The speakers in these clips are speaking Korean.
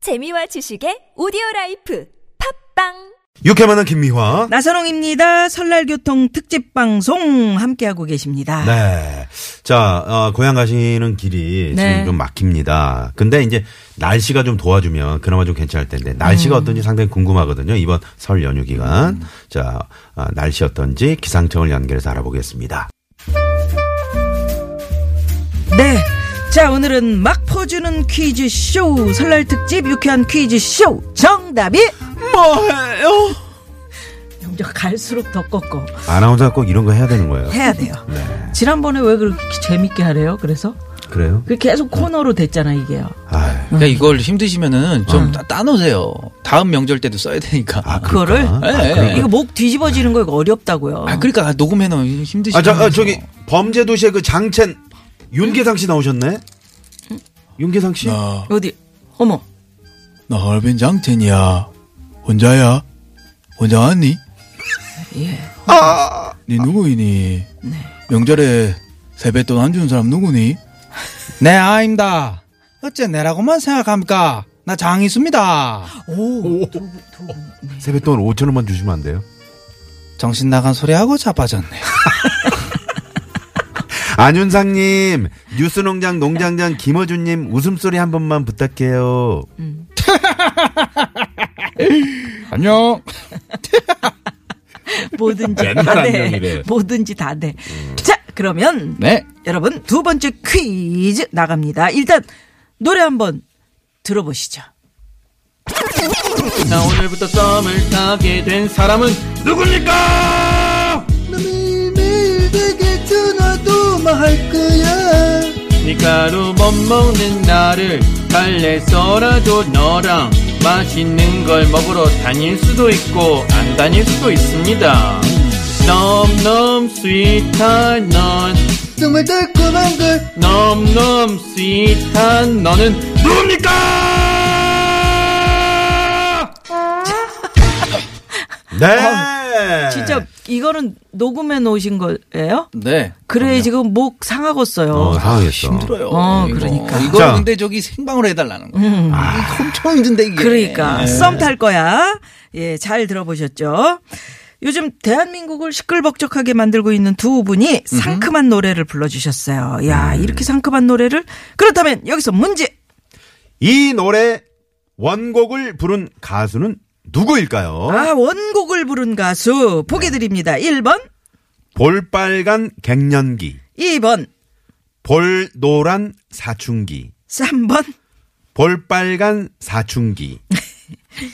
재미와 지식의 오디오 라이프 팝빵 유쾌만한 김미화. 나선홍입니다. 설날 교통 특집 방송 함께하고 계십니다. 네. 자, 어, 고향 가시는 길이 네. 지금 좀 막힙니다. 근데 이제 날씨가 좀 도와주면 그나마 좀 괜찮을 텐데 음. 날씨가 어떤지 상당히 궁금하거든요. 이번 설 연휴 기간. 자, 아, 날씨 어떤지 기상청을 연결해서 알아보겠습니다. 네. 자, 오늘은 막 퍼주는 퀴즈 쇼 설날 특집 유쾌한 퀴즈 쇼 정답이 뭐예요? 점점 갈수록 더 꺾어 아나운서가 꼭 이런 거 해야 되는 거예요. 해야 돼요. 네. 지난번에 왜 그렇게 재밌게 하래요? 그래서 그래요? 그 계속 코너로 됐잖아 이게요. 아, 그러니까 이걸 힘드시면은 좀 따, 따놓으세요. 다음 명절 때도 써야 되니까. 아 음. 아, 그거를 그럴까? 예, 예. 아, 그럴까? 이거 목 뒤집어지는 거 이거 어렵다고요. 그러니까 녹음해놓으면 힘드시죠. 아, 저, 아, 저기 범죄도시의 그 장첸 윤계상 씨 나오셨네. 음. 윤계상 씨? 나, 어디? 어머. 나 할빈 장첸이야. 혼자야? 혼자 왔니? 예. 네 누구이니? 명절에 세뱃돈 안 주는 사람 누구니? 내 네, 아입니다. 어째 내라고만 생각합니까? 나 장이수입니다. 오. 세뱃돈 5천 원만 주시면 안 돼요? 정신 나간 소리하고 자빠졌네. 안윤상님, 뉴스농장 농장장 김어준님 웃음소리 한 번만 부탁해요. 안녕. 뭐든지 다 돼. 뭐든지 다 돼. 자, 그러면 네. 여러분 두 번째 퀴즈 나갑니다. 일단 노래 한번 들어보시죠. 자, 오늘부터 썸을 타게 된 사람은 누굽니까? 매일매일 내게 전화도 말 거야. 밀가루 못 먹는 나를 달래서라도 너랑 맛있는 걸 먹으러 다닐 수도 있고 안 다닐 수도 있습니다. 넘넘 스윗한 넌 정말 달콤한 걸 넘넘 스윗한 너는 누굽니까? 네! 진짜 이거는 녹음해 놓으신 거예요? 네. 그래 지금 목 상하겠어요. 어, 상황했어. 힘들어요. 어, 이거. 그러니까. 음. 이거 자. 아. 근데 저기 생방으로 해달라는 거. 이거 엄청 힘든데 이게. 그러니까 네. 썸 탈 거야. 예, 잘 들어보셨죠? 요즘 대한민국을 시끌벅적하게 만들고 있는 두 분이 상큼한 노래를 불러주셨어요. 야, 이렇게 상큼한 노래를 그렇다면 여기서 문제 이 노래 원곡을 부른 가수는 누구일까요? 아, 원곡을 부른 가수 보기 드립니다. 1번, 볼빨간 갱년기, 2번, 볼노란 사춘기, 3번. 볼빨간 사춘기.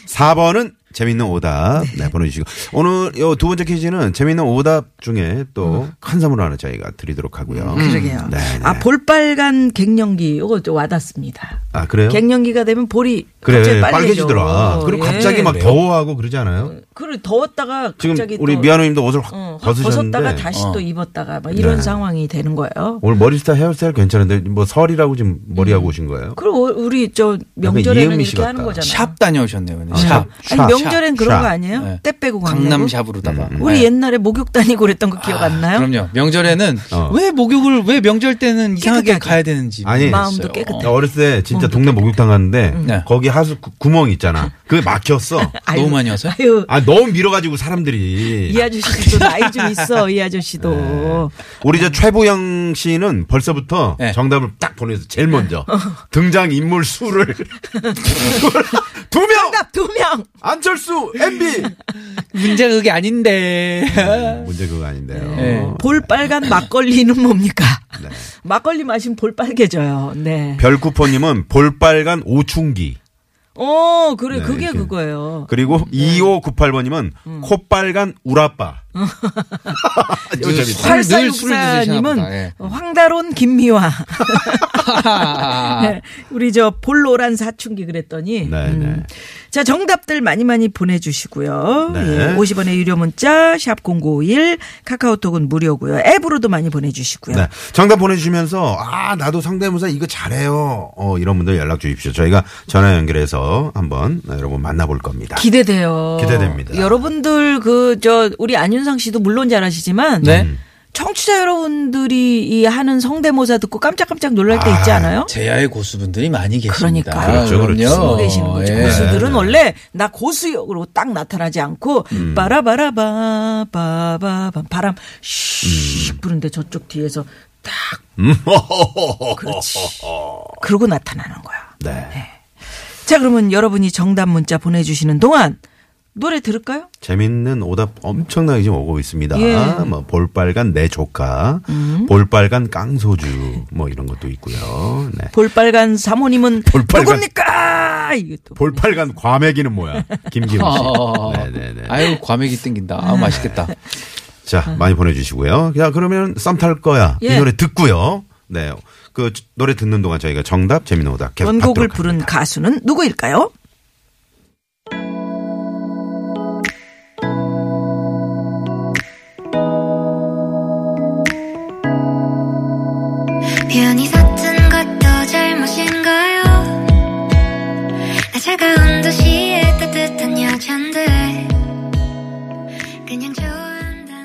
4번은 재밌는 오답 네, 보내주시고 오늘 요 두 번째 퀴즈는 재밌는 오답 중에 또큰 선물 하나 저희가 드리도록 하고요. 음. 그러게요. 네, 네. 아, 볼빨간 갱년기. 요거 좀 와닿습니다. 아 그래요? 갱년기가 되면 볼이 그래 갑자기 빨개져. 빨개지더라. 그리고 예. 갑자기 막 더워하고 그러지 않아요? 그래 더웠다가 지금 갑자기 우리 또, 미아노님도 옷을 확 어, 확 벗으셨는데 벗었다가 다시 또 입었다가 막 이런 네. 상황이 되는 거예요. 오늘 머리 스타일 헤어스타일 괜찮은데 뭐 설이라고 지금 머리하고 오신 거예요? 음. 그리고 우리 저 명절에는 이은미 이렇게 씨 같다. 하는 거잖아요. 샵 다녀오셨네요. 근데 아, 샵. 샵, 아니 명절엔 샵, 그런 샵. 네. 거 아니에요? 네. 떼 빼고 광내고. 강남 샵으로다가. 음, 아, 우리 옛날에 목욕 다니고 그랬던 아, 거 기억 안 나요? 그럼요. 명절에는 어. 왜 목욕을 왜 명절 때는 이상하게 깨끗하게. 가야 되는지 아니, 마음도 모르겠어요. 깨끗해. 나 어렸을 때 진짜 동네 목욕탕 갔는데 음. 네. 거기 하수 구- 구멍 있잖아. 그게 막혔어. 아유, 너무 많이 와서요? 아유 아 너무 밀어가지고 사람들이. 이 아저씨도 나이 좀 있어 이 네. 아저씨도. 우리 저 최보영 씨는 벌써부터 네. 정답을 딱 보내서 제일 먼저 등장 인물 수를 두 명 정답 두 명. 안철수 MB 문제가 그게 아닌데. 음, 문제 그거 아닌데요. 네. 볼 빨간 막걸리는 뭡니까? 막걸리 마시면 볼 빨개져요. 네. 별쿠퍼님은 볼빨간 오충기 어 그래 네, 그게 이렇게. 그거예요. 그리고 네. 2598번님은 음. 콧빨간 우라빠. 좀 재밌다. 술, 늘 술을 팔사육사님은 드시나 보다. 예. 황다론 김미화. 아. 네, 우리 저 볼로란 사춘기 그랬더니 네, 네. 음. 자, 정답들 많이 많이 보내주시고요. 네. 예, 50원의 유료 문자, 샵0951, 카카오톡은 무료고요. 앱으로도 많이 보내주시고요. 네. 정답 보내주시면서, 아, 나도 상대모사 이거 잘해요. 어, 이런 분들 연락 주십시오. 저희가 전화 연결해서 한번 여러분 만나볼 겁니다. 기대돼요. 기대됩니다. 음. 여러분들 그, 저, 우리 안윤상 씨도 물론 잘하시지만. 네. 청취자 여러분들이 이 하는 성대모사 듣고 깜짝깜짝 놀랄 때 있지 않아요? 제야의 고수분들이 많이 계십니다. 그러니까. 그렇죠, 그렇죠. 그럼요. 쓰고 계시는 거죠. 예. 고수들은 원래 나 고수역으로 딱 나타나지 않고 음. 빠라바라바 바바밤 바람 음. 슉 부는데 저쪽 뒤에서 딱 그렇지. 그러고 나타나는 거야. 네. 자 그러면 여러분이 정답 문자 보내주시는 동안 노래 들을까요? 재밌는 오답 엄청나게 지금 오고 있습니다. 예. 음. 뭐 볼빨간 내 조카, 볼빨간 깡소주 뭐 이런 것도 있고요. 네. 볼빨간 사모님은 볼빨간- 누굽니까? 이게 또 볼빨간 과메기는 뭐야? 김기훈 어, 씨. 네네네. 네. 아유 과메기 땡긴다. 아, 음. 맛있겠다. 자, 많이 보내주시고요. 자, 그러면 썸 탈 거야. 예. 이 노래 듣고요. 네. 그 노래 듣는 동안 저희가 정답, 재미는 오답 계속 원곡을 받도록 부른 합니다. 가수는 누구일까요? 괜히 샀던 것도 잘못인가요? 나 차가운 도시의 따뜻한 여잔데 그냥 좋아한단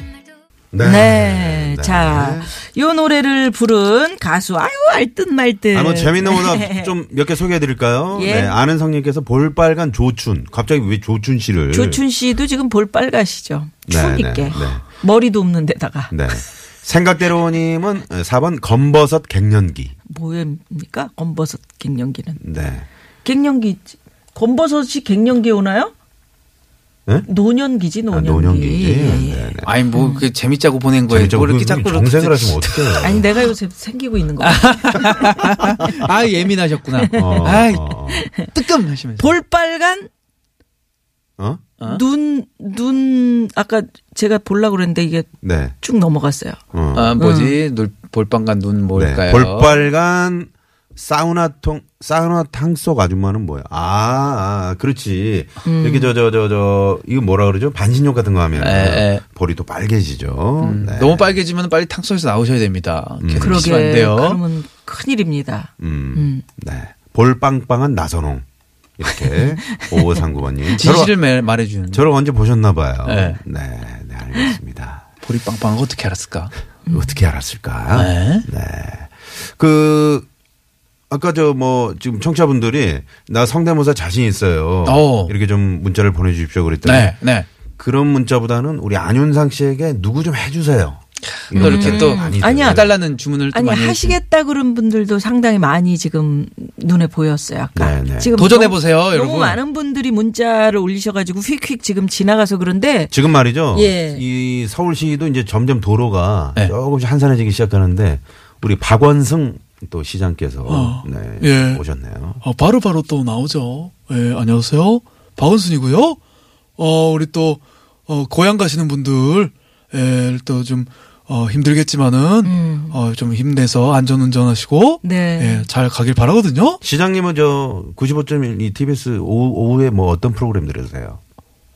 말도 네. 자, 요 노래를 부른 가수, 아유, 알듯말듯. 아, 뭐 재밌는 오답 좀 몇 개 소개해 드릴까요? 예. 네. 아는 성님께서 볼빨간 조춘. 갑자기 왜 조춘 씨를. 조춘 씨도 지금 볼빨가시죠. 네, 추우니까. 네, 네. 머리도 없는 데다가. 네. 생각대로님은 4번 검버섯 갱년기. 뭐입니까? 검버섯 갱년기는. 네. 갱년기, 검버섯이 갱년기 오나요? 예? 노년기지, 아, 노년기. 노년기. 예, 예. 네, 네. 아니 뭐 그 재밌자고 보낸 거예요. 재밌죠? 뭐 이렇게 그 자꾸 이렇게 정색을 하시면 어떡해요. 아니, 내가 요새 생기고 있는 거. 같아. 아 예민하셨구나. 어, 아 어, 뜨끔하시면서. 볼빨간 어? 어? 눈, 눈, 아까 제가 보려고 그랬는데 이게 네. 쭉 넘어갔어요. 어. 아 뭐지? 음. 놀- 볼빵간 눈뭐 네. 뭘까요? 볼빨간 사우나통 사우나탕 속 아줌마는 뭐야? 아, 아 그렇지. 음. 여기 저 저 저 저 이거 뭐라 그러죠? 반신욕 같은 거 하면 에, 에. 볼이 또 빨개지죠. 음, 네. 너무 빨개지면 빨리 탕수에서 나오셔야 됩니다. 계속 그러게. 있으면 안 돼요. 그러면 큰일입니다. 음, 네. 볼빵빵한 나선홍 이렇게 오오상구번님. 진실을 매- 말해주는 저를 언제 보셨나 봐요. 네, 네. 네, 알겠습니다. 볼이 빵빵한 거 어떻게 알았을까? 어떻게 알았을까? 네. 그 아까 저 뭐 지금 청취자분들이 나 성대모사 자신 있어요. 오. 이렇게 좀 문자를 보내주십시오 그랬더니 네, 네. 그런 문자보다는 우리 안윤상 씨에게 누구 좀 해주세요. 또 이렇게 또 아니야. 해달라는 주문을 또 아니 많이 하시겠다 그런 분들도 상당히 많이 지금 눈에 보였어요. 아까 네네. 지금 도전해보세요, 너무, 여러분. 너무 많은 분들이 문자를 올리셔가지고 휙휙 지금 지나가서 그런데 지금 말이죠. 예. 이 서울시도 이제 점점 도로가 네. 조금씩 한산해지기 시작하는데 우리 박원승 또 시장께서 네, 예. 오셨네요. 아, 바로바로 또 나오죠. 예, 안녕하세요. 박원순이고요. 어, 우리 또, 어, 고향 가시는 분들, 예, 또 좀, 어, 힘들겠지만은, 어, 좀 힘내서 안전운전 하시고, 음. 네. 예, 잘 가길 바라거든요. 시장님은 저 95.1 이 TBS 오후, 오후에 뭐 어떤 프로그램 들으세요?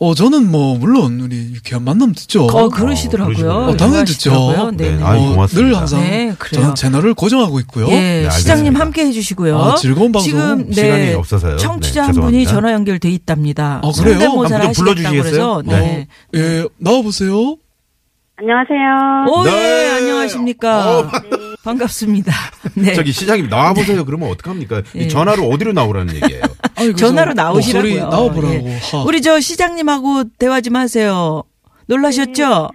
어, 저는 뭐, 물론, 우리 유쾌한 만남 듣죠. 어 그러시더라고요. 그러시구나. 어, 당연히 듣죠. 좋아하시더라고요. 네네. 네, 아유, 어, 고맙습니다. 늘 항상 네, 그래요. 저는 채널을 고정하고 있고요. 예, 네, 시장님 알겠습니다. 함께 해주시고요. 아, 즐거운 방송. 지금 네, 시간이 없어서요. 청취자 네, 한 분이 죄송합니다. 전화 연결돼 있답니다. 아, 그래요? 성대모사를 한번 좀 하시겠다고 불러주시겠어요? 그래서 네. 예, 나와보세요. 안녕하세요. 오, 예, 네. 어. 안녕하십니까. 반갑습니다. 네. 저기 시장님 나와보세요. 그러면 어떡합니까? 이 전화로 어디로 나오라는 얘기예요? 아니, 그래서 어, 뭐 전화로 나오시라고요. 목소리 나와보라고. 예. 하. 우리 저 시장님하고 대화 좀 하세요. 놀라셨죠?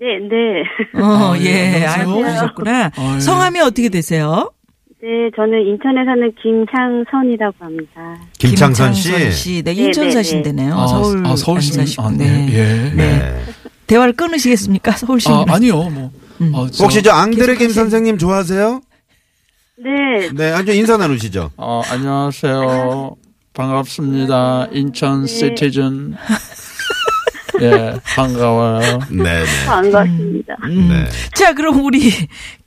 네, 네. 어, 아, 예. 예, 아, 안녕하세요. 그러셨구나. 아, 예. 성함이 어떻게 되세요? 네, 저는 인천에 사는 김창선이라고 합니다. 김창선 씨. 네, 네, 인천 네, 사신대네요. 아, 서울 아, 서울시. 안 사시고. 아, 네. 네. 예. 네. 대화를 끊으시겠습니까? 서울시. 아, 아니요, 뭐. 음. 아, 저- 혹시 저 앙드레 김 선생님 좋아하세요? 네, 네, 아주 인사 나누시죠. 어, 안녕하세요. 반갑습니다. 인천 시티즌. 예, 반가워요. 네, 반갑습니다. 음. 네. 네. 자, 그럼 우리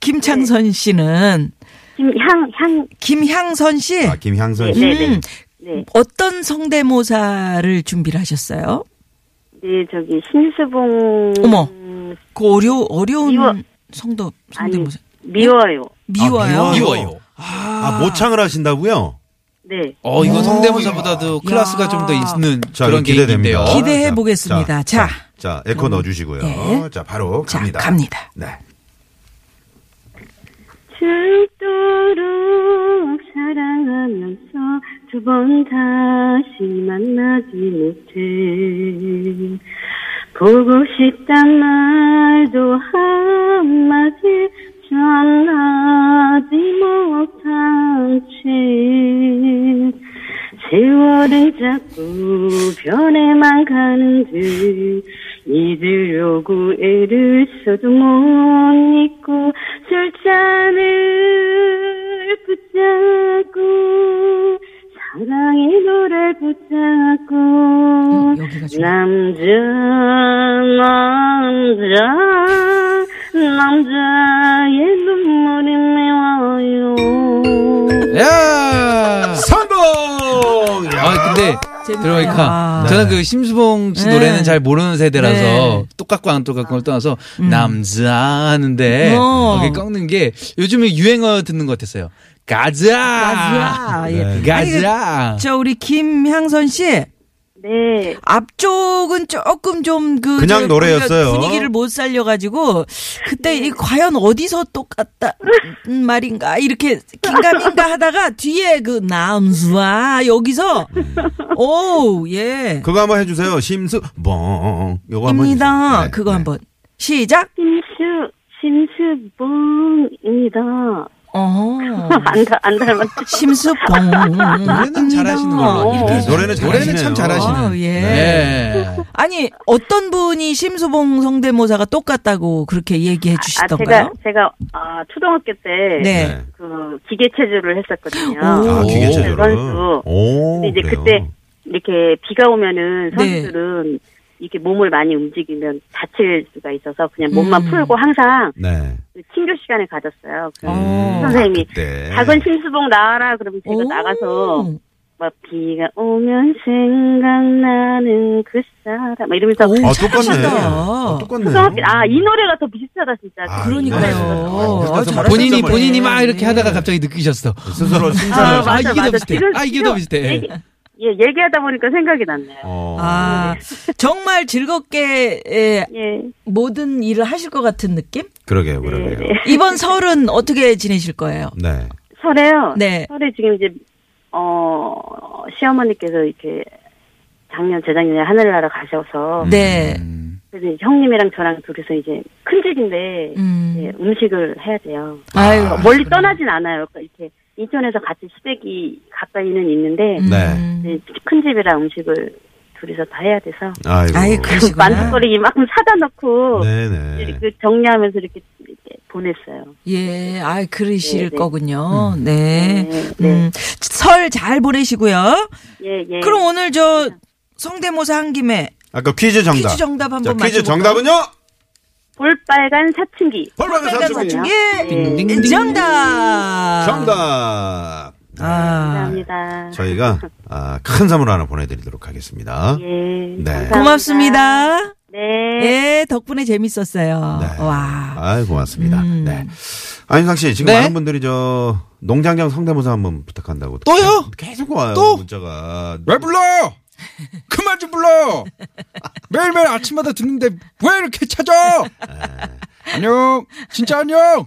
김창선 씨는 김향, 향, 김향선 씨 아, 김향선 씨. 네, 네, 음. 네. 어떤 성대모사를 준비를 하셨어요? 네, 저기, 신수봉. 어머. 그 어려 어려운 미워. 성도 아니, 성대모사 미워요. 미워요. 아, 미워요. 미워요. 아, 모창을 하신다고요? 네. 어, 이건 성대모사보다도 클래스가 좀 더 있는 자, 그런 그럼 게 있는데요. 기대됩니다. 기대해 보겠습니다. 자, 자. 자, 에코 넣어주시고요. 예. 자, 바로 자, 갑니다. 갑니다. 네. 죽도록 사랑하면서 두 번 다시 만나지 못해. 보고 싶단 말도 한마디 전하지 못한 채 세월은 자꾸 변해만 가는 듯 잊으려고 애를 써도 못 잊고 술잔을 붙잡고 사랑의 노래 붙잡고 여- 여기가 좋아. 남자 남자 남자의 눈물이 매워요 야! 성공! 네. 아, 근데 재밌다. 들어보니까 아. 저는 그 심수봉 씨 노래는 네. 잘 모르는 세대라서 네. 음. 똑같고 안 똑같고 걸 떠나서 남자 하는데 어. 거기 꺾는 게 요즘에 유행어 듣는 것 같았어요. 아, 가자! 가자. 네. 예. 아니, 그- 가자! 저 우리 김향선 씨 네 앞쪽은 조금 좀 그 그냥 노래였어요. 분위기를 못 살려가지고 그때 이 과연 어디서 똑같다 음, 말인가 이렇게 긴가민가 하다가 뒤에 그 남수아 여기서 오예 그거 한번 해주세요. 심수, 멍. 요거 한번. 입니다. 해주세요. 네, 그거 네. 한번 시작. 심수 심수봉입니다 어 안, 닮- 안 닮았죠 심수봉 음, 노래는 잘하시는 걸로. 알고 네, 있어요. 노래는 노래는 참 잘하시네요. 잘하시는. 아, 그 예. 네. 아니 어떤 분이 심수봉 성대모사가 똑같다고 그렇게 얘기해 아 주시던가요? 제가 제가 아 초등학교 때 네. 네. 그 기계 체조를 했었거든요. 아, 오. 기계 체조를. 선수. 오. 네, 근데 이제 그래요. 그때 이렇게 비가 오면은 네. 선수들은 이렇게 몸을 많이 움직이면 다칠 수가 있어서 그냥 몸만 음. 풀고 항상 네. 음, 그 친교 시간을 가졌어요. 아, 그 어. 선생님이 그때. 작은 심수봉 나와라 그러면 제가 오. 음. 나가서 막 비가 오면 생각나는 그 사람 막 이러면서 오, 아, 똑같네. 잘하신다. 아, 똑같네. 초등학교 아 이 노래가 더 비슷하다 진짜. 아, 그렇죠. 그러니까요. 네. 아, 잘하셨다. 본인이, 말이에요. 본인이 막 이렇게 네. 하다가 갑자기 느끼셨어. 예. 스스로 아, 칭찬을. 아, 맞아, 이게 더 맞아. 비슷해. 지금 아, 이게 더 비슷해. 네. 얘기, 예, 얘기하다 보니까 생각이 났네요. 어. 아, 정말 즐겁게 예, 예. 모든 일을 하실 것 같은 느낌? 그러게요, 네. 그러게요. 이번 설은 어떻게 지내실 거예요? 네. 설에요? 네. 설에 지금 이제, 어, 시어머니께서 이렇게 작년, 재작년에 하늘나라 가셔서, 네. 음. 그래서 이제 형님이랑 저랑 둘이서 이제 큰 집인데, 음. 이제 음식을 해야 돼요. 아유. 어, 멀리 떠나진 않아요. 그러니까 이렇게 인천에서 같이 시댁이 가까이는 있는데, 음. 네. 이제 큰 집이라 음식을 둘이서 다 해야 돼서, 아이고. 아이, 그러시구나. 만두거리 이만큼 사다 놓고, 네네. 이렇게 그 정리하면서 이렇게, 이렇게 보냈어요. 예, 아 그러실 네, 네. 거군요. 네. 네, 네. 음, 설 잘 보내시고요. 예, 예. 그럼 어- 오늘 저 성대모사 한 김에 아까 퀴즈 정답. 퀴즈 정답 한번 자, 퀴즈 맞춰볼까요? 정답은요? 볼빨간 사춘기. 벌방의 빨간 사춘기. 사춘기 딩딩딩. 정답. 정답. 네. 아, 감사합니다. 저희가 아, 큰 선물 하나 보내드리도록 하겠습니다. 예. 네. 감사합니다. 고맙습니다. 네. 예, 덕분에 재밌었어요. 네. 와. 아이, 고맙습니다. 네. 안윤상 씨, 지금 네? 많은 분들이 저, 농장장 성대모사 한번 부탁한다고. 또요? 계속 와요. 또? 문자가. 왜 불러? 그만 좀 불러! 매일매일 아침마다 듣는데 왜 이렇게 찾아? 안녕! 진짜 안녕!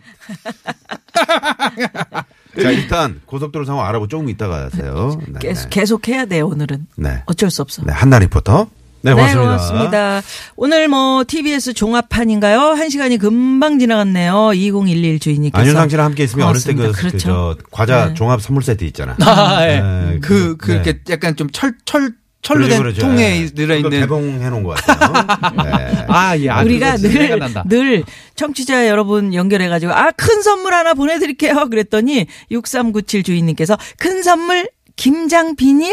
자, 일단 고속도로 상황 알아보고 조금 이따가 하세요. 네. 계속 계속 해야 돼 오늘은. 네. 어쩔 수 없어. 네, 한나 리포터. 네, 네, 고맙습니다. 고맙습니다. 오늘 뭐 TBS 종합판인가요? 한 시간이 금방 지나갔네요. 2011 주인님께서. 안윤상 씨랑 함께 있으면 고맙습니다. 어릴 때 그, 그 그렇죠. 저, 과자 네. 종합 선물 세트 있잖아. 아, 예. 네, 그, 그, 그, 이렇게 약간 좀 철, 철, 철로 된 그러죠, 그러죠. 통에 예. 그거 들어있는. 개봉해 놓은 것 같아요. 네. 아, 예. 아, 우리가 그거 진짜 늘, 생각난다. 늘 청취자 여러분 연결해가지고, 아, 큰 선물 하나 보내드릴게요. 그랬더니, 6397 주인님께서, 큰 선물, 김장 비닐?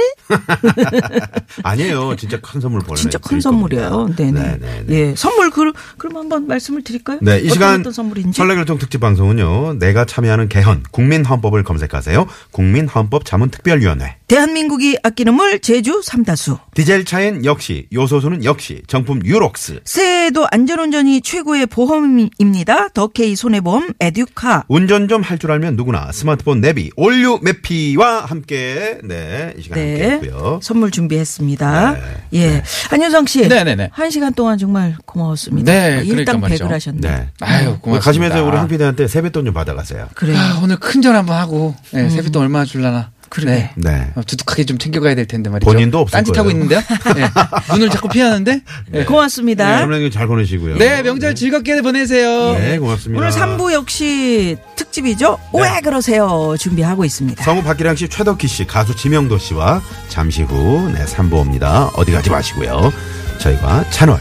아니에요. 진짜 큰 선물 보내. 진짜 큰 선물이에요. 네네. 네네. 예. 선물, 그, 그럼 한번 말씀을 드릴까요? 네, 이 어떤 시간 어떤 선물인지. 설레결정 특집 방송은요. 내가 참여하는 개헌 국민헌법을 검색하세요. 국민헌법 자문특별위원회. 대한민국이 아끼는 물, 제주 삼다수. 디젤 차엔 역시 요소수는 역시 정품 유록스. 새해에도 안전운전이 최고의 보험입니다. 더케이 손해보험, 에듀카. 운전 좀 할 줄 알면 누구나 스마트폰 내비 올류 매피와 함께 함께 네, 이 시간 함께 했고요. 선물 준비했습니다. 네. 예. 안윤상 씨. 네네네. 한 시간 동안 정말 고마웠습니다. 어, 네, 그러니까 일당 말이죠. 백을 하셨네. 네. 아유, 고맙습니다. 가시면서 우리 한피디한테 세뱃돈 좀 받아가세요. 그래요. 아, 오늘 큰 전 한번 하고 네, 세뱃돈 얼마나 줄라나. 음. 그러게. 네. 네. 어, 두둑하게 좀 챙겨가야 될 텐데 말이죠. 본인도 없을 딴짓하고 거예요. 있는데요. 네. 눈을 자꾸 피하는데. 네. 고맙습니다. 오늘 잘 보내시고요. 네, 명절 즐겁게 보내세요. 네, 고맙습니다. 오늘 3부 역시 특집이죠. 왜 그러세요? 준비하고 있습니다. 음, 성우 박기량 씨, 최덕희 씨, 가수 지명도 씨와 잠시 후 네, 3부 옵니다. 어디 가지 마시고요. 저희가 채널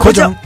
고정.